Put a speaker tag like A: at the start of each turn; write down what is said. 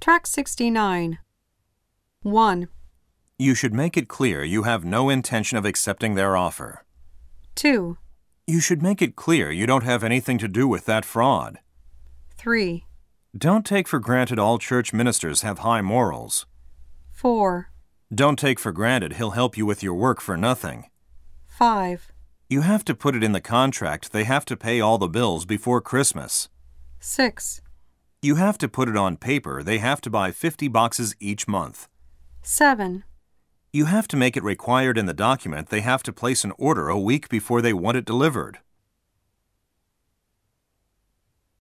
A: Track 69. 1,
B: You should make it clear you have no intention of accepting their offer.
A: 2,
B: You should make it clear you don't have anything to do with that fraud.
A: 3,
B: Don't take for granted all church ministers have high morals.
A: 4,
B: Don't take for granted he'll help you with your work for nothing.
A: 5,
B: You have to put it in the contract they have to pay all the bills before Christmas.
A: 6,
B: You have to put it on paper they have to buy 50 boxes each month.
A: 7,
B: You have to make it required in the document they have to place an order a week before they want it delivered.